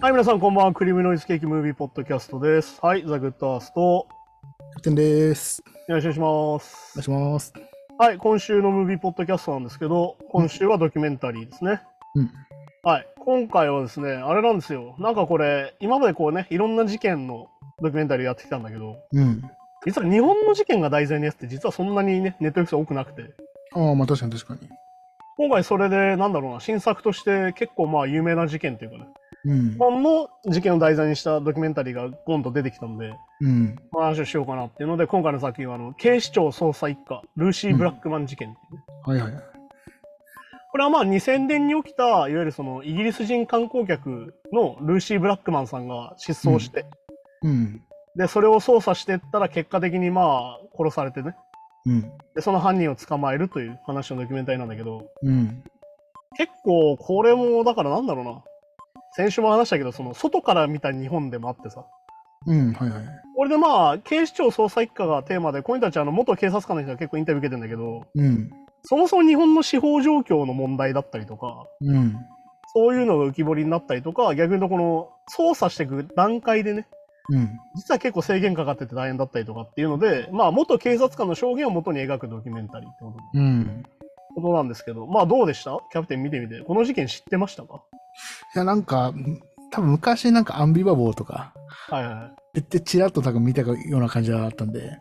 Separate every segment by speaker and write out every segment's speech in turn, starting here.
Speaker 1: はい、皆さんこんばんは。クリームノイズケーキムービーポッドキャストです。はい、ザ・グッドアースト。よ
Speaker 2: キャプテンです。
Speaker 1: ろしくお願いしま
Speaker 2: お願い
Speaker 1: す。
Speaker 2: します。
Speaker 1: はい、今週のムービーポッドキャストなんですけど、今週はドキュメンタリーですね。
Speaker 2: うん。
Speaker 1: はい、今回はですね、あれなんですよ。なんかこれ、今までこうね、いろんな事件のドキュメンタリーやってきたんだけど、
Speaker 2: うん。
Speaker 1: 実は日本の事件が題材のやつって実はそんなにね、ネットフリックス多くなくて。
Speaker 2: ああ、まあ確かに確か
Speaker 1: 今回それで、なんだろうな、新作として結構まあ有名な事件というかね、
Speaker 2: に。うん
Speaker 1: 日。本の事件を題材にしたドキュメンタリーがゴンと出てきたんで、
Speaker 2: うん。
Speaker 1: 話をしようかなっていうので今回の作品はあの警視庁捜査一課ルーシー・ブラックマン事件、
Speaker 2: はいはい。
Speaker 1: これはまあ2000年に起きたいわゆるそのイギリス人観光客のルーシー・ブラックマンさんが失踪して、
Speaker 2: うん。
Speaker 1: でそれを捜査してったら結果的にまあ殺されてね
Speaker 2: うん。
Speaker 1: でその犯人を捕まえるという話のドキュメンタリーなんだけど
Speaker 2: うん。
Speaker 1: 結構これもだからなんだろうな先週も話したけどその外から見た日本でもあってさ
Speaker 2: うん。はいはい。
Speaker 1: これでまあ警視庁捜査一課がテーマでこの人たちあの元警察官の人が結構インタビュー受けてんだけど
Speaker 2: うん。
Speaker 1: そもそも日本の司法状況の問題だったりとか、
Speaker 2: うん。
Speaker 1: そういうのが浮き彫りになったりとか、逆に言うとこの捜査していく段階でね、
Speaker 2: うん。
Speaker 1: 実は結構制限かかってて大変だったりとかっていうので、まあ元警察官の証言を元に描くドキュメンタリーってこと
Speaker 2: うん。
Speaker 1: ことなんですけど、まあどうでしたキャプテン見てみて。この事件知ってましたか
Speaker 2: いや、なんか、多分昔なんかアンビバボーとか、
Speaker 1: はいはいはい。
Speaker 2: で、でチラッとなんか見たような感じだったんで、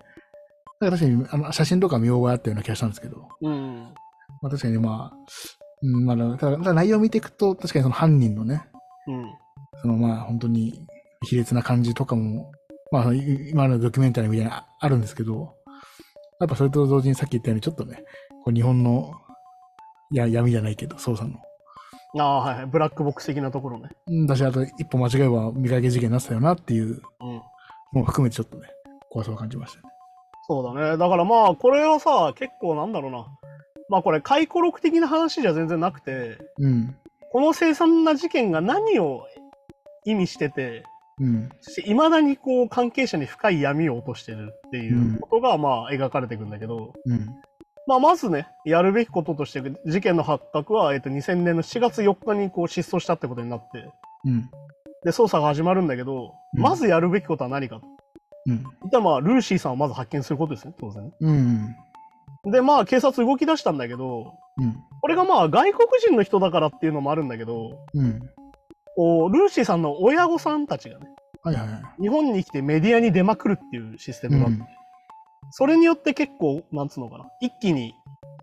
Speaker 2: なんか確かにあの写真とか見覚えあったような気がしたんですけど、
Speaker 1: うん。
Speaker 2: まあ確かにまあ、うん、まあ、ただただ内容を見ていくと、確かにその犯人のね、
Speaker 1: うん。
Speaker 2: そのまあ本当に卑劣な感じとかも、まあい今のドキュメンタリーみたいなのああるんですけど、やっぱそれと同時にさっき言ったようにちょっとね、こう日本のいや闇じゃないけど、捜査の。
Speaker 1: ああ、はいはい。ブラックボックス的なところね。
Speaker 2: うんだし、あと一歩間違えば見かけ事件になってたよなっていう
Speaker 1: うん。
Speaker 2: のも含めてちょっとね、怖さを感じましたね。
Speaker 1: そうだね。だからまあこれはさ、結構なんだろうな。まあこれ回顧録的な話じゃ全然なくて、
Speaker 2: うん。
Speaker 1: この凄惨な事件が何を意味してて、
Speaker 2: うん。
Speaker 1: いまだにこう関係者に深い闇を落としてるっていうことがまあ描かれていくんだけど、
Speaker 2: うん。
Speaker 1: まあまずね、やるべきこととして事件の発覚は、えっと2000年の7月4日にこう失踪したってことになって、
Speaker 2: うん。
Speaker 1: で、捜査が始まるんだけど、
Speaker 2: うん
Speaker 1: まずやるべきことは何か。
Speaker 2: うん。
Speaker 1: 一旦まあ、ルーシーさんをまず発見することですね、当然ね。
Speaker 2: うん。
Speaker 1: で、まあ警察動き出したんだけど、
Speaker 2: うん。
Speaker 1: これがまあ外国人の人だからっていうのもあるんだけど、
Speaker 2: うん。
Speaker 1: こうルーシーさんの親御さんたちがね、
Speaker 2: はいはいはい。
Speaker 1: 日本に来てメディアに出まくるっていうシステ
Speaker 2: う
Speaker 1: ムがあって、
Speaker 2: ん。
Speaker 1: それによって結構なんつうのかな一気に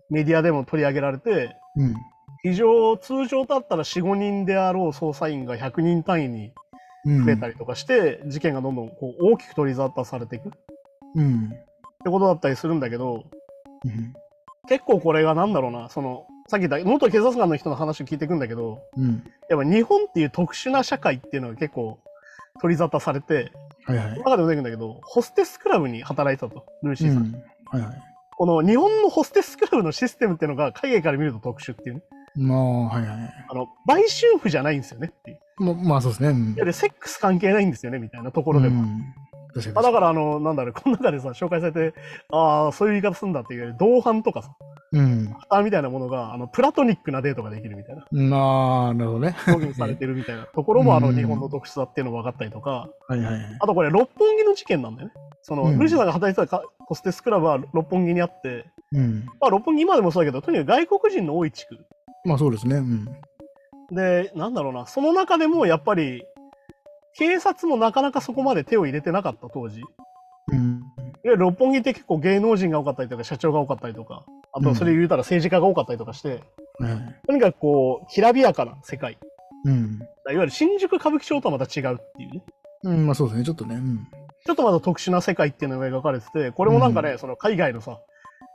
Speaker 1: メディアでも取り上げられて
Speaker 2: うん。
Speaker 1: 非常通常だったら45人であろう捜査員が100人単位に
Speaker 2: うん。
Speaker 1: 増えたりとかして、事件がどんどんこう大きく取り沙汰されていくって
Speaker 2: うん。
Speaker 1: ことだったりするんだけど
Speaker 2: うん。
Speaker 1: 結構これがなんだろうなそのさっき言った元警察官の人の話を聞いていくんだけど
Speaker 2: うん。
Speaker 1: やっぱ日本っていう特殊な社会っていうのが結構取り沙汰されて
Speaker 2: はいはい。
Speaker 1: 中でも出てくるんだけどホステスクラブに働いてたとルーシー
Speaker 2: う
Speaker 1: さん。
Speaker 2: ん。はいはい。
Speaker 1: この日本のホステスクラブのシステムっていうのが海外から見ると特殊っていうね。
Speaker 2: まあ、はいはい。
Speaker 1: あの、売春婦じゃないんですよねっていう。
Speaker 2: ままあそうですね。うん
Speaker 1: いやで、セックス関係ないんですよねみたいなところでも。
Speaker 2: うん確
Speaker 1: ま
Speaker 2: か
Speaker 1: あ、
Speaker 2: に
Speaker 1: だから、あの、なんだろう、この中でさ、紹介されて、ああ、そういう言い方するんだっていうより、同伴とかさ、
Speaker 2: うん。
Speaker 1: あーみたいなものが、あの、プラトニックなデートができるみたいな、
Speaker 2: まあ、なるほどね。
Speaker 1: 表現されてるみたいなところも、あの、
Speaker 2: うん
Speaker 1: 日本の特殊さっていうのも分かったりとか、
Speaker 2: はいはいはい。
Speaker 1: あとこれ、六本木の事件なんだよね。その、
Speaker 2: うん
Speaker 1: ルシさんが働いてたかホステスクラブは六本木にあって、
Speaker 2: うん。
Speaker 1: まあ、六本木今でもそうだけど、とにかく外国人の多い地区
Speaker 2: まあそうですね。うん。
Speaker 1: で、なんだろうな、その中でもやっぱり、警察もなかなかそこまで手を入れてなかった当時。いわ
Speaker 2: うん。
Speaker 1: ゆる六本木って結構芸能人が多かったりとか、社長が多かったりとか、あ
Speaker 2: う
Speaker 1: と
Speaker 2: ん
Speaker 1: それ言うたら政治家が多かったりとかして、
Speaker 2: はいはい。
Speaker 1: とにかくこう、きらびやかな世界。
Speaker 2: うん。
Speaker 1: いわゆる新宿歌舞伎町とはまた違うっていうね。
Speaker 2: うん、まあそうですね。ちょっとね。うん。
Speaker 1: ちょっとまた特殊な世界っていうのが描かれてて、これもなんか
Speaker 2: う
Speaker 1: ね、
Speaker 2: ん
Speaker 1: その海外のさ、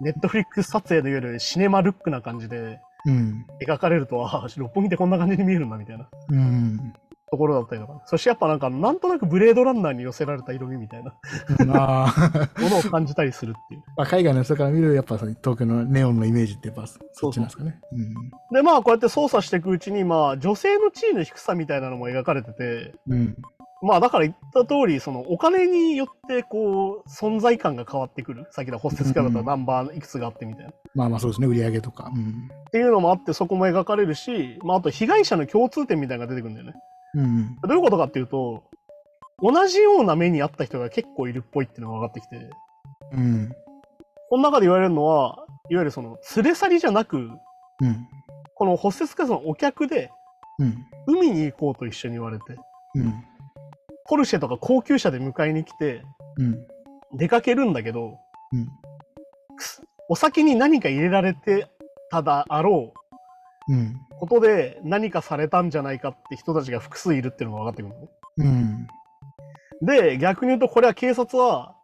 Speaker 1: ネットフリックス撮影でいわゆるシネマルックな感じで
Speaker 2: うん。
Speaker 1: 描かれると、ああ、六本木ってこんな感じに見えるんだみたいな
Speaker 2: うん。
Speaker 1: ところだったりとか、ね、そしてやっぱなんか、なんとなくブレードランナーに寄せられた色味みた いな。
Speaker 2: まあ、
Speaker 1: ものを感じたりするっていう。
Speaker 2: まあ海外の人から見る、やっぱその東京のネオンのイメージってやっぱそそっちなんですかね。
Speaker 1: でまあこうやって操作していくうちにまあ女性の地位の低さみたいなのも描かれてて
Speaker 2: うん。うん。
Speaker 1: まあだから言った通りそのお金によってこう存在感が変わってくるさっきのホステスキャラだったら
Speaker 2: うん
Speaker 1: ナンバーいくつがあってみたいな。っ
Speaker 2: まあまあそうですね。売り上げとか。うん。
Speaker 1: ていうのもあってそこも描かれるし、まあ、あと被害者の共通点みたいなのが出てくるんだよね。
Speaker 2: うん。
Speaker 1: どういうことかっていうと、同じような目にあった人が結構いるっぽいっていうのが分かってきて、
Speaker 2: うん。
Speaker 1: この中で言われるのは、いわゆるその、連れ去りじゃなく、
Speaker 2: うん。こ
Speaker 1: このホステスクラスのお客で、
Speaker 2: うん。
Speaker 1: 海に行こうと一緒に言われて、
Speaker 2: うん。
Speaker 1: ポルシェとか高級車で迎えに来て、
Speaker 2: うん。
Speaker 1: 出かけるんだけど、
Speaker 2: うん。
Speaker 1: お酒に何か入れられてただあろう
Speaker 2: うん。
Speaker 1: ことで何かされたんじゃないかって人たちが複数いるっていうのが分かってくるのね。
Speaker 2: うん。
Speaker 1: で、逆に言うとこれは警察は、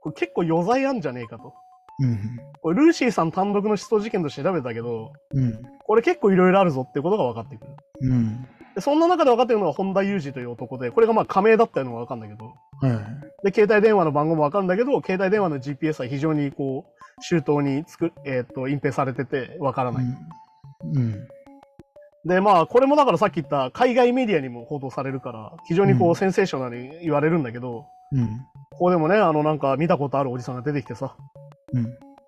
Speaker 1: これ結構余罪あんじゃねえかと。
Speaker 2: うん。
Speaker 1: これルーシーさん単独の失踪事件として調べたけど、
Speaker 2: うん。
Speaker 1: これ結構いろいろあるぞっていうことが分かってくる。
Speaker 2: うん。
Speaker 1: で、そんな中で分かってくるのが本田裕二という男で、これがまあ仮名だったのが分かるんだけど、
Speaker 2: は
Speaker 1: で、携帯電話の番号も分かるんだけど、携帯電話の GPS は非常にこう、周到に作、えっ、と、隠蔽されてて分から
Speaker 2: い。
Speaker 1: ない。
Speaker 2: うん。
Speaker 1: で、まあ、これもだからさっき言った海外メディアにも報道されるから、非常にこ
Speaker 2: う
Speaker 1: うんセンセーショナルに言われるんだけど、
Speaker 2: うん。
Speaker 1: ここでもね、あのなんか見たことあるおじさんが出てきてさ、
Speaker 2: うん。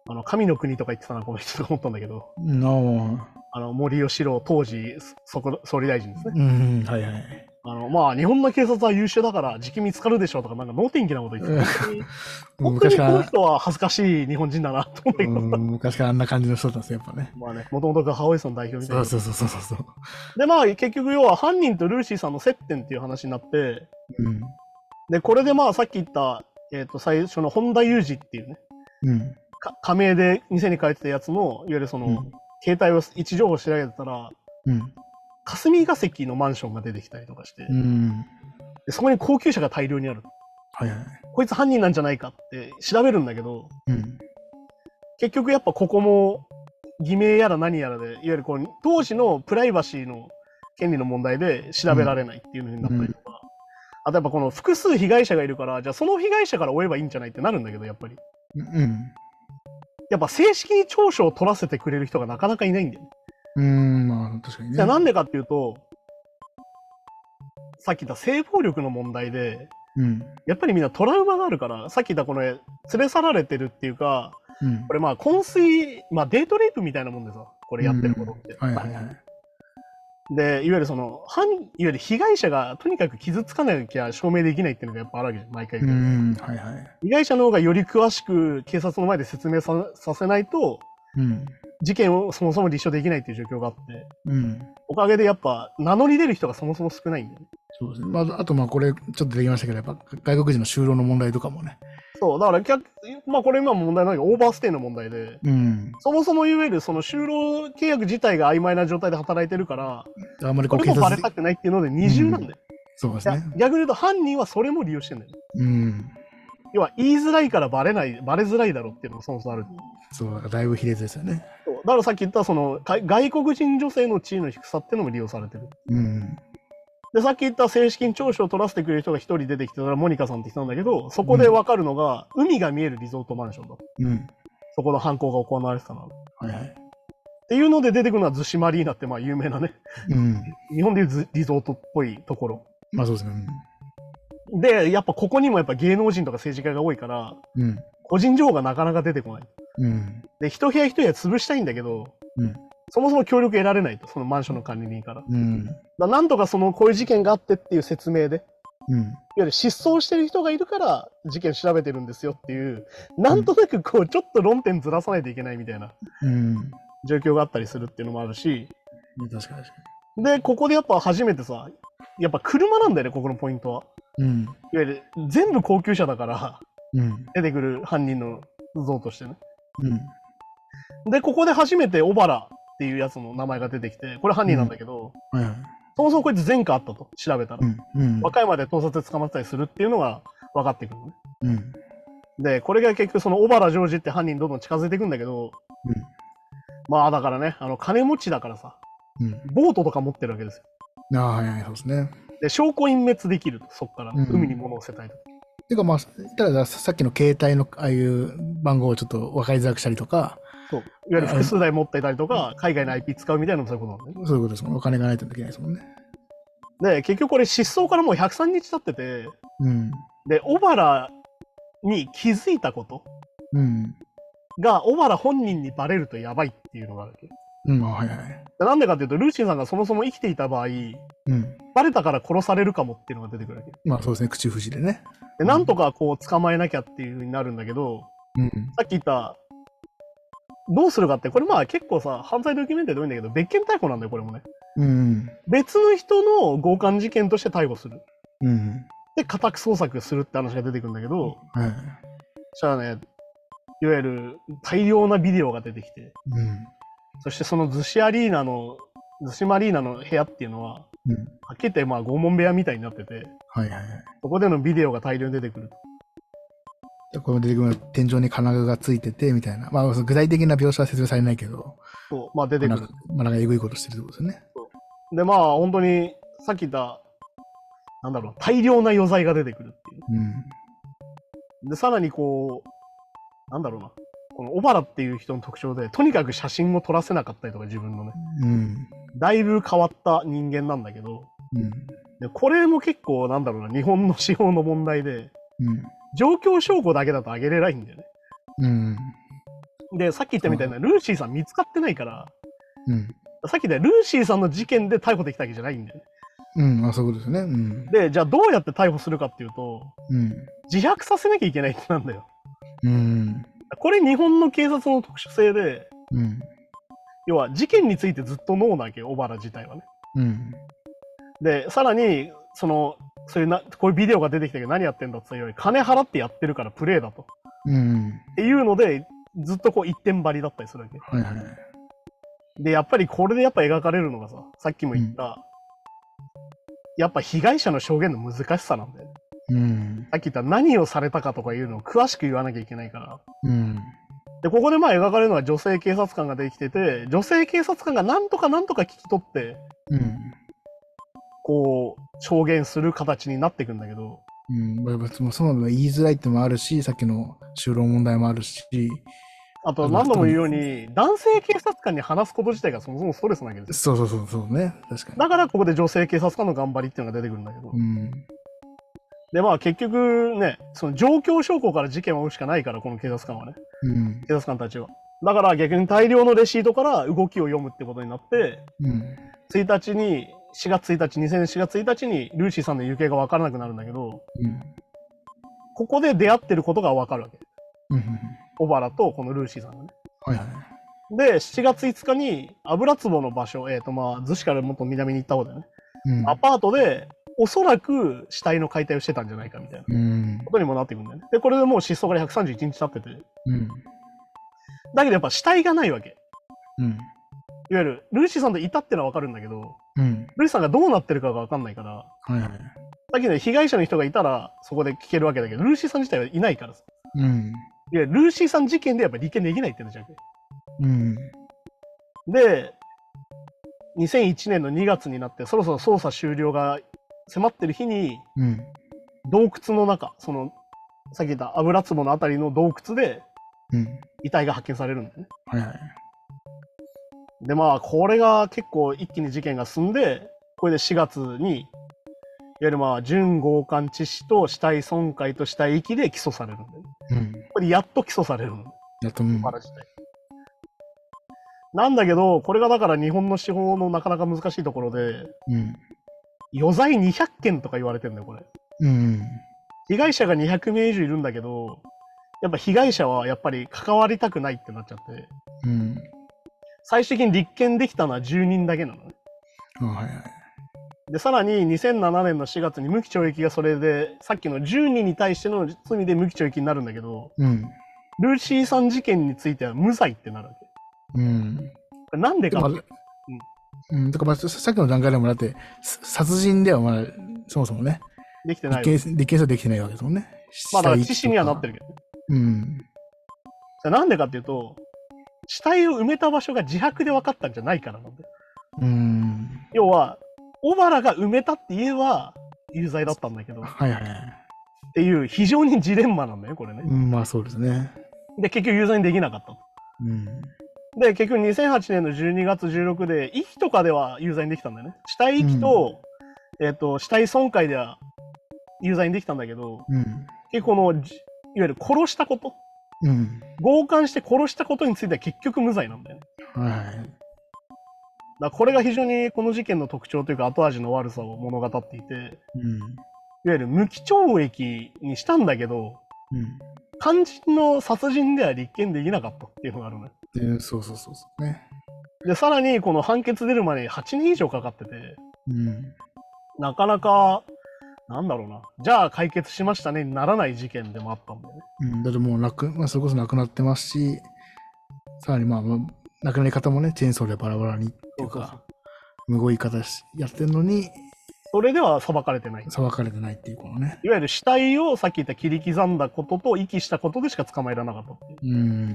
Speaker 1: あの、神の国とか言ってたな、この人とか思ったんだけど、
Speaker 2: の
Speaker 1: あの、森喜朗当時、そこ、総理大臣ですね。
Speaker 2: うん。はいはい。
Speaker 1: あの、まあ、日本の警察は優秀だから、時期見つかるでしょうとか、なんか能天気なこと言ってた。本当
Speaker 2: 昔
Speaker 1: にこ
Speaker 2: か
Speaker 1: の
Speaker 2: ら、
Speaker 1: 人は恥ずかしい日本人だな、と思ったけど、
Speaker 2: 昔からあんな感じの人だったんですよ、やっぱね。
Speaker 1: まあね、もともとが母親さん代表みたい
Speaker 2: そう
Speaker 1: な。
Speaker 2: そうそうそうそう。
Speaker 1: で、まあ、結局要は犯人とルーシーさんの接点っていう話になって、
Speaker 2: うん。
Speaker 1: で、これでまあさっき言った、えっ、と、最初の本田裕二っていうね、
Speaker 2: うん。
Speaker 1: か仮名で店に書いてたやつの、いわゆるその、
Speaker 2: うん
Speaker 1: 携帯を位置情報を調べてたら、
Speaker 2: うん。
Speaker 1: 霞が関のマンションが出てきたりとかして、
Speaker 2: うん。
Speaker 1: でそこに高級車が大量にある。
Speaker 2: はいはい。
Speaker 1: こいつ犯人なんじゃないかって調べるんだけど、
Speaker 2: うん。
Speaker 1: 結局やっぱここも、偽名やら何やらで、いわゆるこう、当時のプライバシーの権利の問題で調べられないっていうふうになったりとか、あとやっぱこの複数被害者がいるから、じゃあその被害者から追えばいいんじゃないってなるんだけど、やっぱり。
Speaker 2: うん。
Speaker 1: やっぱ正式に調書を取らせてくれる人がなかなかいないんだよね。
Speaker 2: うん。まあ、確かにね。
Speaker 1: じゃあなんでかっていうと、さっき言った性暴力の問題で、
Speaker 2: うん。
Speaker 1: やっぱりみんなトラウマがあるから、さっき言ったこの連れ去られてるっていうか、
Speaker 2: うん
Speaker 1: こ。れまあ昏睡、まあデートレイプみたいなもんでさ、これやってることって。
Speaker 2: はいはいはい。
Speaker 1: で、いわゆるその、犯、いわゆる被害者がとにかく傷つかなきゃ証明できないっていうのがやっぱあるわけじゃん、毎回
Speaker 2: う
Speaker 1: 言うけど
Speaker 2: ん。はいはい。
Speaker 1: 被害者の方がより詳しく警察の前で説明ささせないと、
Speaker 2: うん。
Speaker 1: 事件をそもそも立証できないっていう状況があって、
Speaker 2: うん。
Speaker 1: おかげでやっぱ名乗り出る人がそもそも少ないんだよね。
Speaker 2: そうですね。まあ、あと、まあ、これ、ちょっと出てきましたけど、やっぱ、外国人の就労の問題とかもね。
Speaker 1: そう、だから逆、まあこれ今問題ないけど、オーバーステイの問題で、
Speaker 2: うん。
Speaker 1: そもそもいわゆるその就労契約自体が曖昧な状態で働いてるから、
Speaker 2: あんまりこ
Speaker 1: こ
Speaker 2: う、
Speaker 1: れもバレたくないっていうので二重なんだよ。
Speaker 2: そうです
Speaker 1: い
Speaker 2: ね
Speaker 1: や。逆に言うと犯人はそれも利用してんだよ。
Speaker 2: うん。
Speaker 1: 要は言いづらいからバレない、バレづらいだろっていうのもそもそもある。
Speaker 2: そう、だからだいぶ卑劣ですよね。
Speaker 1: そうだからさっき言ったそのか外国人女性の地位の低さっていうのも利用されてる。
Speaker 2: うん。
Speaker 1: で、さっき言った正式に聴取を取らせてくれる人が一人出てきてたらモニカさんって人なんだけど、そこでわかるのが、海が見えるリゾートマンションだ。
Speaker 2: うん。
Speaker 1: そこの犯行が行われてたな。っ
Speaker 2: はいはい。
Speaker 1: ていうので出てくるのは逗子マリーナってまあ有名なね、
Speaker 2: うん。
Speaker 1: 日本でいうずリゾートっぽいところ。
Speaker 2: まあ、そうですね。
Speaker 1: で、やっぱここにもやっぱ芸能人とか政治家が多いから、
Speaker 2: うん。
Speaker 1: 個人情報がなかなか出てこない。
Speaker 2: うん。
Speaker 1: で、一部屋一部屋潰したいんだけど、
Speaker 2: うん
Speaker 1: そもそも協力得られないと、そのマンションの管理人から。だか
Speaker 2: うん。
Speaker 1: らなんとかその、こういう事件があってっていう説明で、
Speaker 2: うん。
Speaker 1: いわゆる失踪してる人がいるから事件調べてるんですよっていう、なんとなくこう、ちょっと論点ずらさないといけないみたいな
Speaker 2: うん。
Speaker 1: 状況があったりするっていうのもあるし、
Speaker 2: 確かに確か
Speaker 1: で、ここでやっぱ初めてさ、やっぱ車なんだよね、ここのポイントは。
Speaker 2: に。うん。
Speaker 1: いわゆる全部高級車だから、
Speaker 2: うん。
Speaker 1: 出てくる犯人の像としてね。
Speaker 2: うん。
Speaker 1: で、ここで初めて小原っていうやつの名前が出てきて、これ犯人なんだけど、
Speaker 2: はいはい。
Speaker 1: そもそもこいつ前科あったと、調べたら。
Speaker 2: うん。うん。
Speaker 1: 和歌山で盗撮で捕まってたりするっていうのが分かってくるのね。
Speaker 2: うん。
Speaker 1: で、これが結局その小原ジョージって犯人にどんどん近づいていくんだけど、まあだからね、あの金持ちだからさ、
Speaker 2: うん。
Speaker 1: ボートとか持ってるわけですよ。
Speaker 2: うん。ああ、はいはい、そうですね。
Speaker 1: で、証拠隠滅できると、そっから、
Speaker 2: うん
Speaker 1: 海に物を捨てたりとか。
Speaker 2: ていうかまあ、ただささっきの携帯のああいう番号をちょっと分かりづらくしたりとか、
Speaker 1: そう。いわゆる複数台持ってたりとか、海外の IP 使うみたいなのもそういうことなんだよね。
Speaker 2: そういうことですもんね。お金がないとできないですもんね。
Speaker 1: で、結局これ失踪からもう103日経ってて、
Speaker 2: うん。
Speaker 1: で、小原に気づいたこと
Speaker 2: うん。
Speaker 1: が、小原本人にバレるとやばいっていうのがあるわけ。
Speaker 2: うん、まあ、はいはい。
Speaker 1: なんでかっていうと、ルーシンさんがそもそも生きていた場合、
Speaker 2: うん。
Speaker 1: バレたから殺されるかもっていうのが出てくるわけ。
Speaker 2: まあ、そうですね。口封じでね。
Speaker 1: で、なんとかこう捕まえなきゃっていう風になるんだけど、
Speaker 2: うん。
Speaker 1: さっき言った、どうするかって、これまあ結構さ、犯罪ドキュメンタリーでもいいんだけど、別件逮捕なんだよ、これもね。
Speaker 2: うん。
Speaker 1: 別の人の強姦事件として逮捕する。
Speaker 2: うん。
Speaker 1: で、家宅捜索するって話が出てくるんだけど、
Speaker 2: はい。
Speaker 1: そしたらね、いわゆる大量なビデオが出てきて、
Speaker 2: うん。
Speaker 1: そしてその逗子アリーナの、逗子マリーナの部屋っていうのは、
Speaker 2: うん。
Speaker 1: はっきり言ってまあ拷問部屋みたいになってて、
Speaker 2: はいはいはい。
Speaker 1: そこでのビデオが大量に出てくる。
Speaker 2: でこの出てくるのは天井に金具がついてて、みたいな。まあ、その具体的な描写は説明されないけど、
Speaker 1: そう、まあ出てく
Speaker 2: なん
Speaker 1: る
Speaker 2: か。、まあ、なんかえぐいことしてるってことですよね。
Speaker 1: で、まあ本当に、さっき言った、なんだろう、大量な余罪が出てくるっていう。
Speaker 2: うん。
Speaker 1: で、さらにこう、なんだろうな、この小原っていう人の特徴で、とにかく写真を撮らせなかったりとか、自分のね、
Speaker 2: うん。
Speaker 1: だいぶ変わった人間なんだけど、
Speaker 2: うん。
Speaker 1: でこれも結構、なんだろうな、日本の司法の問題で、
Speaker 2: うん。
Speaker 1: 状況証拠だけだとあげれないんだよね。
Speaker 2: うん。
Speaker 1: で、さっき言ったみたいな、ルーシーさん見つかってないから、
Speaker 2: うん。
Speaker 1: さっきでルーシーさんの事件で逮捕できたわけじゃないんだよね。
Speaker 2: うん。まあ、そういうことですよね。うん。
Speaker 1: で、じゃあどうやって逮捕するかっていうと、
Speaker 2: うん。
Speaker 1: 自白させなきゃいけないってなんだよ。
Speaker 2: うん。
Speaker 1: これ日本の警察の特殊性で、
Speaker 2: うん。
Speaker 1: 要は事件についてずっとノーなわけよ、小原自体はね。
Speaker 2: うん。
Speaker 1: で、さらに、その、そういうな、こういうビデオが出てきたけど何やってんだって言ったより、金払ってやってるからプレイだと。
Speaker 2: うん。
Speaker 1: っていうので、ずっとこう一点張りだったりするわけ。
Speaker 2: はいはい。
Speaker 1: で、やっぱりこれでやっぱ描かれるのがさ、さっきも言った、やっぱ被害者の証言の難しさなんだよね。
Speaker 2: うん。
Speaker 1: さっき言った何をされたかとかいうのを詳しく言わなきゃいけないから。
Speaker 2: うん。
Speaker 1: で、ここでまあ描かれるのは女性警察官ができてて、女性警察官がなんとかなんとか聞き取って、
Speaker 2: うん。
Speaker 1: こう、証言する形になっていくんだけど、
Speaker 2: うん、まあまあそのその言いづらいってのもあるし、さっきの就労問題もあるし、
Speaker 1: あと何度も言うように、男性警察官に話すこと自体がそもそもストレスなわけですよ。
Speaker 2: そうそうそうそうね、確か
Speaker 1: だからここで女性警察官の頑張りっていうのが出てくるんだけど。
Speaker 2: に。うん、
Speaker 1: で、まあ結局ね、その状況証拠から事件を追うしかないから、この警察官はね。
Speaker 2: うん、
Speaker 1: 警察官たちは。だから逆に大量のレシートから動きを読むってことになって、
Speaker 2: うん、
Speaker 1: 1日に、4月1日、2000年4月1日にルーシーさんの行方が分からなくなるんだけど、
Speaker 2: うん、
Speaker 1: ここで出会ってることが分かるわけ。
Speaker 2: うん、
Speaker 1: 小原とこのルーシーさんがね。
Speaker 2: はいはい。
Speaker 1: で、7月5日に油壺の場所、えっ、とまあ、逗子からもっと南に行った方だよね。
Speaker 2: うん、
Speaker 1: アパートで、おそらく死体の解体をしてたんじゃないかみたいな
Speaker 2: うん、
Speaker 1: ことにもなってくるんだよね。で、これでもう失踪から131日経ってて。
Speaker 2: うん、
Speaker 1: だけどやっぱ死体がないわけ。
Speaker 2: うん、
Speaker 1: いわゆる、ルーシーさんといたってのは分かるんだけど、
Speaker 2: うん、
Speaker 1: ルイさんがどうなってるかが分かんないから、
Speaker 2: はいはい。
Speaker 1: さっきの被害者の人がいたら、そこで聞けるわけだけど、ルーシーさん自体はいないからさ。
Speaker 2: うん、
Speaker 1: いや、ルーシーさん事件でやっぱ立件できないってなっちゃ
Speaker 2: うん、
Speaker 1: う。で、2001年の2月になって、そろそろ捜査終了が迫ってる日に、
Speaker 2: うん、
Speaker 1: 洞窟の中、その、さっき言った油壺のあたりの洞窟で
Speaker 2: うん、
Speaker 1: 遺体が発見されるんだよね。
Speaker 2: はいはい。
Speaker 1: で、まあ、これが結構一気に事件が進んで、これで4月に、いわゆるまあ、準強姦致死と死体損壊と死体遺棄で起訴されるんだよね。
Speaker 2: うん、
Speaker 1: これやっと起訴されるの、
Speaker 2: やっと、うん、
Speaker 1: バラ自体。なんだけど、これがだから日本の司法のなかなか難しいところで、
Speaker 2: うん、
Speaker 1: 余罪200件とか言われてんだよ、これ。
Speaker 2: うん、
Speaker 1: 被害者が200名以上いるんだけど、やっぱ被害者はやっぱり関わりたくないってなっちゃって、
Speaker 2: うん、
Speaker 1: 最終的に立件できたのは10人だけなのね。
Speaker 2: あはいはい。
Speaker 1: で、さらに2007年の4月に無期懲役がそれで、さっきの10人に対しての罪で無期懲役になるんだけど、
Speaker 2: うん、
Speaker 1: ルーシーさん事件については無罪ってなるわけ。
Speaker 2: うん。
Speaker 1: これなんで
Speaker 2: でも
Speaker 1: かっ
Speaker 2: あ
Speaker 1: て
Speaker 2: れ、うん、とか、まあ、ささっきの段階でもだって、さ殺人ではまあ、そもそもね、
Speaker 1: できてないわけ
Speaker 2: 立件立件者できてないわけですもんね。
Speaker 1: まあだから
Speaker 2: 死体
Speaker 1: 致死にはなってるけどね。
Speaker 2: うん。
Speaker 1: それなんでかっていうと、死体を埋めた場所が自白で分かったんじゃないからなんだよ。
Speaker 2: うん。
Speaker 1: 要は、小原が埋めたって言えば有罪だったんだけど、っ
Speaker 2: はいはいはい。
Speaker 1: ていう非常にジレンマなんだよ、これね
Speaker 2: う。ん、まあそうですね。
Speaker 1: で、結局有罪にできなかったと。
Speaker 2: うん。
Speaker 1: で、結局2008年の12月16で、遺棄とかでは有罪にできたんだよね。死体遺棄と、えっ、と、死体損壊では有罪にできたんだけど、
Speaker 2: うん。
Speaker 1: 結構この、じいわゆる殺したこと、
Speaker 2: うん。
Speaker 1: 強姦して殺したことについては結局無罪なんだよね。
Speaker 2: はいはい。
Speaker 1: だからこれが非常にこの事件の特徴というか後味の悪さを物語っていて、いわゆる無期懲役にしたんだけど、
Speaker 2: う
Speaker 1: 肝心の殺人では立件できなかったっていうのがあるね。
Speaker 2: ん。で、そうそうそうそうね。
Speaker 1: で、さらにこの判決出るまでに8年以上かかってて、
Speaker 2: うん。
Speaker 1: なかなか、なんだろうな、じゃあ解決しましたねにならない事件でもあったんだよね。
Speaker 2: うん、だってもうなく、まあ、それこそなくなってますし、さらにまあ、まあ亡くなり方もね、チェーンソーでバラバラにっていう
Speaker 1: そうそうそ
Speaker 2: か、むごい言い方しやってんのに、
Speaker 1: それでは裁かれてない。
Speaker 2: 裁かれてないっていう、このね。
Speaker 1: いわゆる死体をさっき言った切り刻んだことと遺棄したことでしか捕まえられなかったっていう。
Speaker 2: うん。
Speaker 1: っ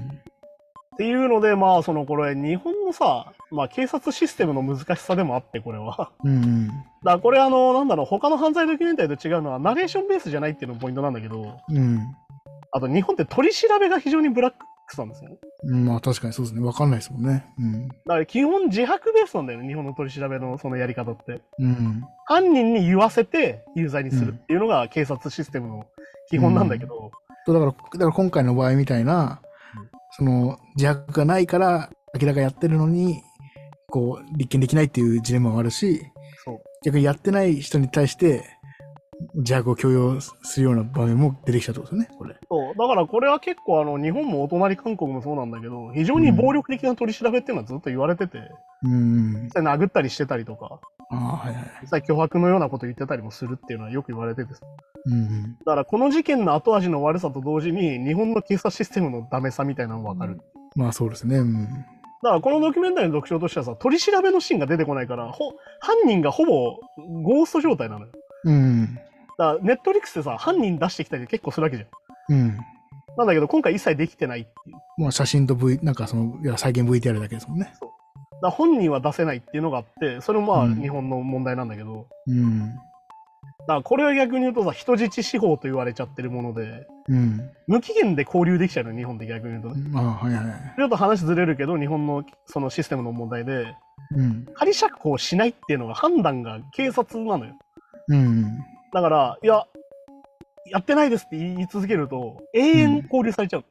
Speaker 1: ていうので、まあ、そのこれ、日本のさ、まあ、警察システムの難しさでもあって、これは。
Speaker 2: うん。
Speaker 1: だからこれ、あの、なんだろう、他の犯罪ドキュメンタリーと違うのは、ナレーションベースじゃないっていうのもポイントなんだけど、
Speaker 2: うん。
Speaker 1: あと日本って取り調べが非常にブラックなんですよね。
Speaker 2: うん、まあ確かにそうですね。わかんないですもんね。
Speaker 1: だから基本自白ベースなんだよね、日本の取り調べのそのやり方って。
Speaker 2: うん。うん。
Speaker 1: 犯人に言わせて有罪にするっていうのが警察システムの基本なんだけど、
Speaker 2: そうだから、だから今回の場合みたいな、その自白がないから明らかやってるのに、こう、立件できないっていうジレンマもあるし、
Speaker 1: そう
Speaker 2: 逆にやってない人に対して、自白を強要するような場面も出てきたってことですね、これ。
Speaker 1: そうだからこれは結構あの日本もお隣韓国もそうなんだけど非常に暴力的な取り調べっていうのはずっと言われてて、
Speaker 2: うん。
Speaker 1: 実際殴ったりしてたりとか
Speaker 2: ああ、はいはい。
Speaker 1: 実際脅迫のようなこと言ってたりもするっていうのはよく言われててだ
Speaker 2: うん。
Speaker 1: からこの事件の後味の悪さと同時に日本の警察システムのダメさみたいなのもわかる、だ
Speaker 2: まあそうですね。うん。
Speaker 1: からこのドキュメンタリーの特徴としてはさ取り調べのシーンが出てこないからほ犯人がほぼゴースト状態なのよ
Speaker 2: うん。
Speaker 1: だからネットリックスでさ犯人出してきたり結構するわけじゃん
Speaker 2: うん。
Speaker 1: なんだけど今回一切できてないっていう。
Speaker 2: まあ写真と V、なんかその、いや再現 VTR だけですもんね。
Speaker 1: だから本人は出せないっていうのがあって、それもま
Speaker 2: う
Speaker 1: あ
Speaker 2: ん
Speaker 1: 日本の問題なんだけど、
Speaker 2: うん。
Speaker 1: だからこれは逆に言うとさ、人質司法と言われちゃってるもので、
Speaker 2: うん。
Speaker 1: 無期限で交流できちゃうのよ、日本って逆に言うとね。
Speaker 2: ああ、はいはい。
Speaker 1: ちょっと話ずれるけど、日本のそのシステムの問題で、
Speaker 2: うん。
Speaker 1: 仮釈放しないっていうのが判断が警察なのよ。
Speaker 2: うん。
Speaker 1: だから、いや、やってないですって言い続けると、永遠交留されちゃう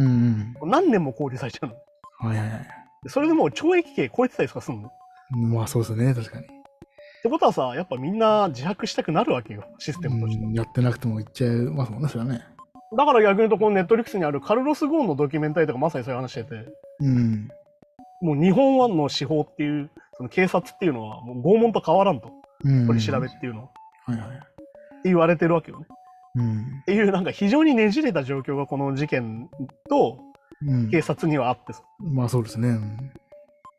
Speaker 1: の、
Speaker 2: うん。
Speaker 1: 何年も交留されちゃうの。
Speaker 2: はいはいはい。
Speaker 1: それでもう懲役刑超えてたりとかすんの。っ
Speaker 2: まあそうですね、確かに。
Speaker 1: てことはさ、やっぱみんな自白したくなるわけよ、システムとして。
Speaker 2: うんやってなくても言っちゃいますもんね、それはね。
Speaker 1: だから逆に言うと、このネットリックスにあるカルロス・ゴーンのドキュメンタリーとかまさにそういう話してて、
Speaker 2: うん。
Speaker 1: もう日本はの司法っていう、その警察っていうのは、もう拷問と変わらんと、
Speaker 2: うん。
Speaker 1: 取り調べっていうのは、っ
Speaker 2: はいはい。
Speaker 1: て言われてるわけよね。
Speaker 2: うん
Speaker 1: っ。ていう、なんか非常にねじれた状況がこの事件と
Speaker 2: うん
Speaker 1: 警察にはあってさ、
Speaker 2: まあそうですね。うん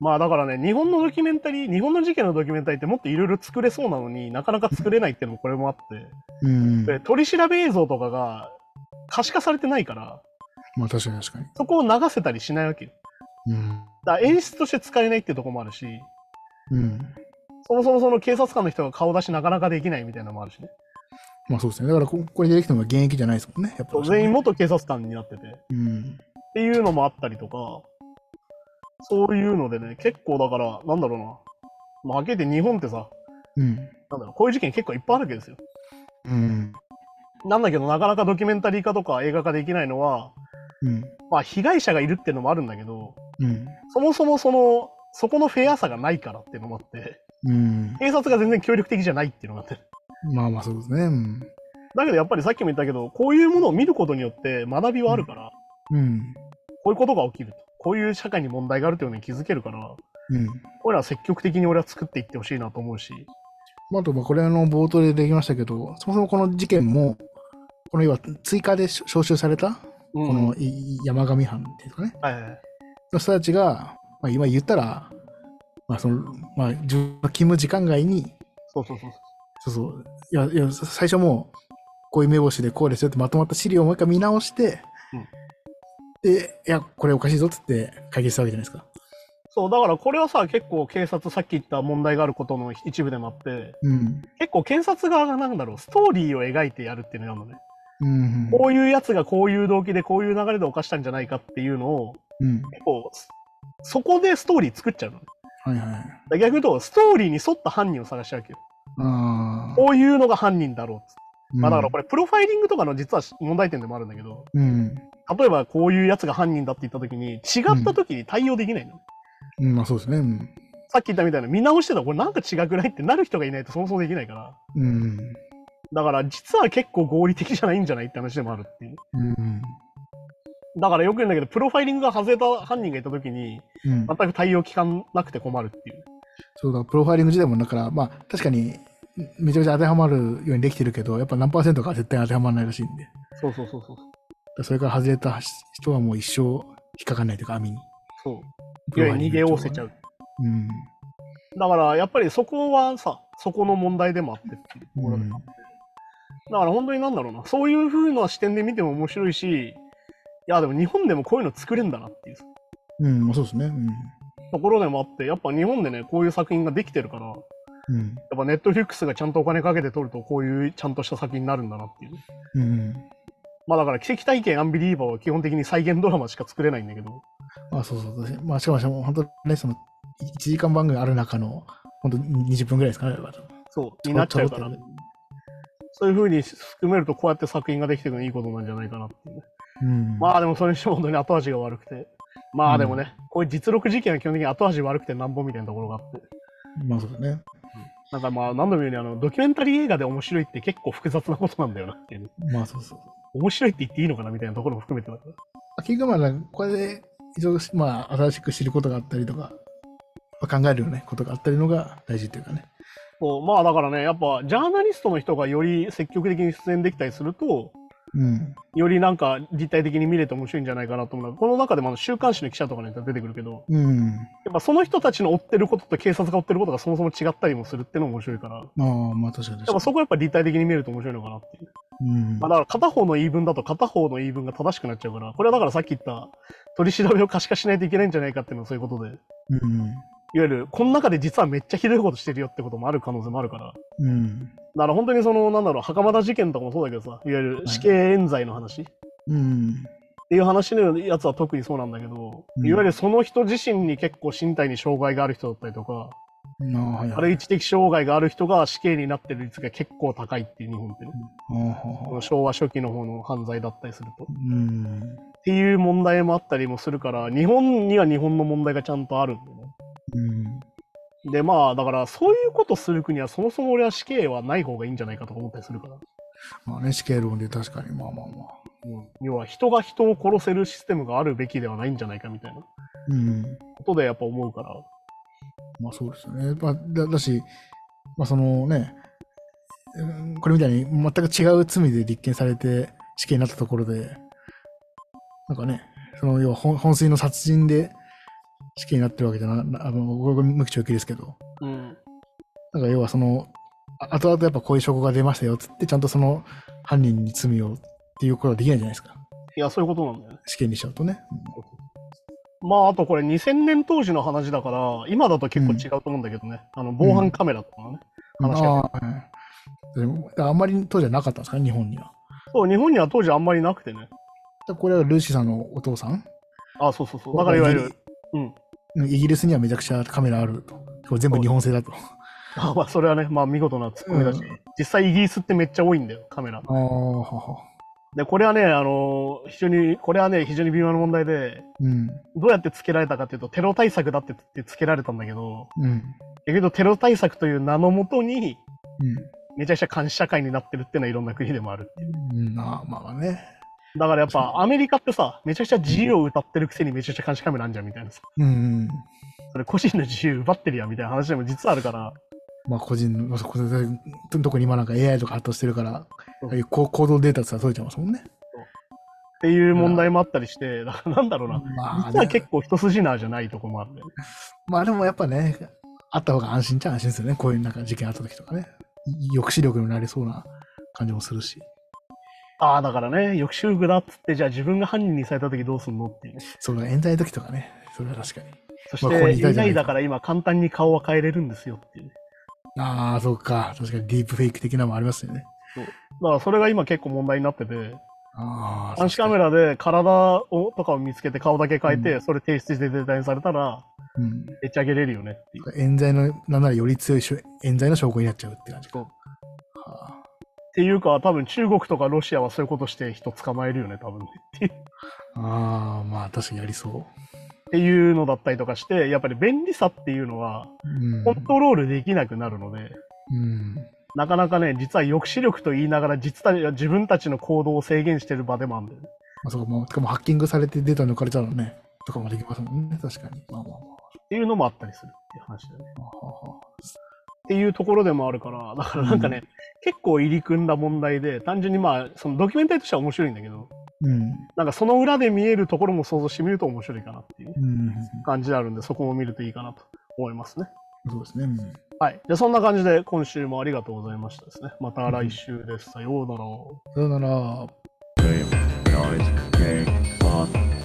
Speaker 1: まあだからね、日本のドキュメンタリー、日本の事件のドキュメンタリーってもっといろいろ作れそうなのになかなか作れないっていうのもこれもあっ
Speaker 2: うん。
Speaker 1: て、で取り調べ映像とかが可視化されてないから、
Speaker 2: まあ確かに確か
Speaker 1: そこを流せたりしないわけよ。
Speaker 2: に。うん。
Speaker 1: だから演出として使えないっていうところもあるし、
Speaker 2: うん。
Speaker 1: そもそもその警察官の人が顔出しなかなかできないみたいなのもあるしね。
Speaker 2: まあそうですね。だからここれ出てきたのは現役じゃないですもんね。やっぱり
Speaker 1: 全員。元警察官になってて。っ
Speaker 2: うん。
Speaker 1: ていうのもあったりとか、そういうのでね、結構だから、なんだろうな。まあ、はっきり言って日本ってさ、
Speaker 2: うん。
Speaker 1: なんだろう、こういう事件結構いっぱいあるわけですよ。
Speaker 2: うん。
Speaker 1: なんだけど、なかなかドキュメンタリー化とか映画化できないのは、
Speaker 2: うん。
Speaker 1: まあ、被害者がいるっていうのもあるんだけど、
Speaker 2: うん。
Speaker 1: そもそもその、そこのフェアさがないからっていうのもあって、
Speaker 2: うん。
Speaker 1: 警察が全然協力的じゃないっていうのがあって。
Speaker 2: まあまあそうですね。うん。
Speaker 1: だけどやっぱりさっきも言ったけど、こういうものを見ることによって学びはあるから、
Speaker 2: うん。
Speaker 1: こういうことが起きると。こういう社会に問題があるというのに気づけるから、
Speaker 2: うん。
Speaker 1: これは積極的に俺は作っていってほしいなと思うし。
Speaker 2: まああと、まあこれあの冒頭でできましたけど、そもそもこの事件も、この要は追加で招集された、
Speaker 1: うん
Speaker 2: このい山上藩っていうんですかね。
Speaker 1: はいはいはい
Speaker 2: の人たちが、まあ、今言ったら、まあそのまあ、自分の勤務時間外に、
Speaker 1: そうそうそう
Speaker 2: そうそう、いや、いやさ最初もう、こういう目星でこうですよってまとまった資料をもう一回見直して、
Speaker 1: うん
Speaker 2: で、いや、これおかしいぞっつって解決したわけじゃないですか。
Speaker 1: そう。そう、だからこれはさ、結構警察、さっき言った問題があることの一部でもあって、
Speaker 2: うん。
Speaker 1: 結構検察側がなんだろう、ストーリーを描いてやるっていうのがあるのね。
Speaker 2: うん。
Speaker 1: こういうやつがこういう動機でこういう流れで犯したんじゃないかっていうのを、
Speaker 2: うん。
Speaker 1: 結構、そこでストーリー作っちゃうのね。
Speaker 2: はいはい。
Speaker 1: だから逆に言うと、ストーリーに沿った犯人を探しちゃうわけど、
Speaker 2: ああ。
Speaker 1: こういうのが犯人だろうっつってまあだからこ
Speaker 2: れ。
Speaker 1: れ、プロファイリングとかの実は問題点でもあるんだけど、
Speaker 2: うん。
Speaker 1: 例えばこういうやつが犯人だって言った時に、違った時に対応できないの。
Speaker 2: うんまあそうですね。うん。
Speaker 1: さっき言ったみたいな、見直してたらこれなんか違くないってなる人がいないとそもそもできないから。
Speaker 2: うん。
Speaker 1: だから実は結構合理的じゃないんじゃないって話でもあるっていう。
Speaker 2: うん。
Speaker 1: だからよく言うんだけど、プロファイリングが外れた犯人がいた時に、
Speaker 2: うん。
Speaker 1: 全く対応効かなくて困るっていう。
Speaker 2: そうだ、プロファイリング自体も、だから、まあ、確かに、めちゃめちゃ当てはまるようにできてるけど、やっぱ何パーセントかは絶対当てはまらないらしいんで、だか
Speaker 1: そうそうそうそう。
Speaker 2: らそれから外れた人はもう一生引っかかんないというか、網に。
Speaker 1: そう。いわゆる逃げおおせちゃう。
Speaker 2: うん。
Speaker 1: だからやっぱりそこはさ、そこの問題でもあってっていうところだ,、
Speaker 2: うん
Speaker 1: だから本当になんだろうな、そういう風な視点で見ても面白いし、いやでも日本でもこういうの作れんだなっていう
Speaker 2: うん、まあそうですね。うん。
Speaker 1: ところでもあって、やっぱ日本でね、こういう作品ができてるから、やっ
Speaker 2: うん。
Speaker 1: ぱネットフリックスがちゃんとお金かけて撮ると、こういうちゃんとした作品になるんだなっていう。
Speaker 2: うん。
Speaker 1: まあだから奇跡体験アンビリーバーは基本的に再現ドラマしか作れないんだけど、
Speaker 2: まあそうそう。私まあしかもしかも、本当ね、その、1時間番組ある中の、本当に20分ぐらいですかね、あれは
Speaker 1: そう、になっちゃうか
Speaker 2: ちょ
Speaker 1: ら
Speaker 2: ろっと、
Speaker 1: そういう風に含めるとこうやって作品ができてるのいいことなんじゃないかなっていうね。
Speaker 2: うん。
Speaker 1: まあでもそれにしても本当に後味が悪くて。まあでもね、こういう実録事件は基本的に後味悪くてなんぼみたいなところがあって。
Speaker 2: まあそうだね。
Speaker 1: なんかまあ何度も言うようにあの、ドキュメンタリー映画で面白いって結構複雑なことなんだよなっていうね、
Speaker 2: まあそうそう。
Speaker 1: 面白いって言っていいのかなみたいなところも含めてだから。
Speaker 2: まあ結局まあ、これで、一応、まあ、新しく知ることがあったりとか、まあ、考えるよね、ことがあったりのが大事っていうかね。
Speaker 1: そうまあだからね、やっぱジャーナリストの人がより積極的に出演できたりすると、
Speaker 2: うん。
Speaker 1: よりなんか実体的に見れて面白いんじゃないかなと思うのがこの中でもあの週刊誌の記者とかの人が出てくるけど、
Speaker 2: うん。
Speaker 1: やっぱその人たちの追ってることと警察が追ってることがそもそも違ったりもするっていうのも面白いから、や
Speaker 2: まあまあ、確かに確
Speaker 1: っ
Speaker 2: か
Speaker 1: ぱそこはやっぱ立体的に見ると面白いのかなっていう。
Speaker 2: に。うん。
Speaker 1: まあ、だから片方の言い分だと片方の言い分が正しくなっちゃうから、これはだからさっき言った取り調べを可視化しないといけないんじゃないかっていうのはそういうことで、いわ
Speaker 2: うん。
Speaker 1: ゆるこの中で実はめっちゃひどいことしてるよってこともある可能性もあるから、だ
Speaker 2: うん。
Speaker 1: から本当にその、なんだろう、袴田事件とかもそうだけどさ、いわゆる死刑冤罪の話っ
Speaker 2: うん。
Speaker 1: ていう話のやつは特にそうなんだけど、
Speaker 2: うん
Speaker 1: いわゆるその人自身に結構身体に障害がある人だったりとか、
Speaker 2: なあ、はい
Speaker 1: あ
Speaker 2: はい。
Speaker 1: るいは知的障害がある人が死刑になってる率が結構高いっていう日本ってね、
Speaker 2: ほうほう
Speaker 1: こ
Speaker 2: ほう
Speaker 1: の昭和初期の方の犯罪だったりすると。
Speaker 2: うん。
Speaker 1: っていう問題もあったりもするから、日本には日本の問題がちゃんとあるんでね。
Speaker 2: うん。
Speaker 1: で、まあ、だから、そういうことする国は、そもそも俺は死刑はない方がいいんじゃないかとか思ったりするから。
Speaker 2: まあね、死刑論で確かに、まあまあまあ。
Speaker 1: 要は、人が人を殺せるシステムがあるべきではないんじゃないかみたいなこ
Speaker 2: うん。
Speaker 1: とでやっぱ思うから。
Speaker 2: まあそうですよね。まあ、だだし、まあそのね、うんこれみたいに全く違う罪で立件されて死刑になったところで、なんかね、その要は本本水の殺人で死刑になってるわけじゃな、なあの、これ無期懲役ですけど、
Speaker 1: うん。
Speaker 2: なんか要はその、あ後々やっぱこういう証拠が出ましたよっつって、ちゃんとその犯人に罪をっていうことはできないじゃないですか。
Speaker 1: いや、そういうことなんだよね。
Speaker 2: 死刑にしちゃうとね。
Speaker 1: まあ、あとこれ2000年当時の話だから、今だと結構違うと思うんだけどね。あの、防犯カメラとかね。話が
Speaker 2: ああはいでもあんまり当時はなかったんですかね、日本には。
Speaker 1: そう、日本には当時あんまりなくてね。
Speaker 2: だこれはルーシーさんのお父さん
Speaker 1: あ、そうそうそう。だから、いわゆる、う
Speaker 2: イギ
Speaker 1: ん。
Speaker 2: リイギリスにはめちゃくちゃカメラあると。これ全部日本製だと。
Speaker 1: あまあ、それはね、まあ、見事なツッコミだし、
Speaker 2: うん
Speaker 1: 実際イギリスってめっちゃ多いんだよ、カメラ。
Speaker 2: ああ、はは。
Speaker 1: で、これはね、あの非常に、これはね、非常に微妙な問題で、
Speaker 2: うん。
Speaker 1: どうやってつけられたかっていうと、テロ対策だってってつけられたんだけど、
Speaker 2: うん。
Speaker 1: 逆に言うとテロ対策という名のもとに、
Speaker 2: うん
Speaker 1: めちゃくちゃ監視社会になってるっていうのはいろんな国でもある。
Speaker 2: うん。まあまあね。
Speaker 1: だからやっぱアメリカってさ、めちゃくちゃ自由を歌ってるくせにめちゃくちゃ監視カメラあんじゃんみたいなさ。
Speaker 2: うん。
Speaker 1: それ個人の自由奪ってるやんみたいな話でも実はあるから、
Speaker 2: まあ個人の、まあ、これと特に今なんか AI とか発達してるから、
Speaker 1: う
Speaker 2: あ
Speaker 1: ん
Speaker 2: あいうこう行動データってさ取れちゃいますもんね。
Speaker 1: っていう問題もあったりして、だからなんだろうな。
Speaker 2: まあ
Speaker 1: 実は
Speaker 2: ね、
Speaker 1: 結構一筋縄じゃないとこもあるんだよね。
Speaker 2: まあでもやっぱね、あった方が安心っちゃ安心ですよね。こういうなんか事件あった時とかね。抑止力になりそうな感じもするし。
Speaker 1: ああ、だからね、抑止力だっつって、じゃあ自分が犯人にされた時どうすんのっていうね。
Speaker 2: そうだ、冤罪の時とかね。それは確かに。
Speaker 1: そして、
Speaker 2: まあここにいた
Speaker 1: AI
Speaker 2: じゃない
Speaker 1: だから今簡単に顔は変えれるんですよっていうね。
Speaker 2: ああ、そうか。確かにディープフェイク的なのもありますよね。
Speaker 1: だからそれが今結構問題になってて、
Speaker 2: ああ。
Speaker 1: 監視カメ
Speaker 2: ラ。
Speaker 1: ラで体をとかを見つけて顔だけ変えて、
Speaker 2: う
Speaker 1: それ提出してデザインされたら、
Speaker 2: うん。
Speaker 1: でっち上げれるよねっていう。っ
Speaker 2: 冤罪の、なんならより強いしょ冤罪の証拠になっちゃうって感じか。
Speaker 1: そう
Speaker 2: は
Speaker 1: ていうか、多分中国とかロシアはそういうことして人捕まえるよね、多分ねっていう。
Speaker 2: ああー、まあ確かにやりそう。
Speaker 1: っていうのだったりとかして、やっぱり便利さっていうのは
Speaker 2: うん
Speaker 1: コントロールできなくなるので、
Speaker 2: うん
Speaker 1: なかなかね、実は抑止力と言いながら実た自分たちの行動を制限してる場でもあるんだよね。
Speaker 2: まあ、そうかもう、しかもハッキングされてデータ抜かれちゃうのね、とかもできますもんね、確かに。まあまあま
Speaker 1: っていうのもあったりするっていう話だよね。
Speaker 2: あ。はあはあ
Speaker 1: っていうところでもあるから、だからなんかね、結構入り組んだ問題で、単純にまあ、そのドキュメンタリーとしては面白いんだけど、
Speaker 2: うん。
Speaker 1: なんかその裏で見えるところも想像してみると面白いかなっていう
Speaker 2: うん。
Speaker 1: 感じであるんで、そこも見るといいかなと思いますね。
Speaker 2: そうですね。うん
Speaker 1: はい。じゃあそんな感じで今週もありがとうございましたですね。また来週です。さようなら。
Speaker 2: さよなら。
Speaker 3: Game, guys, game on.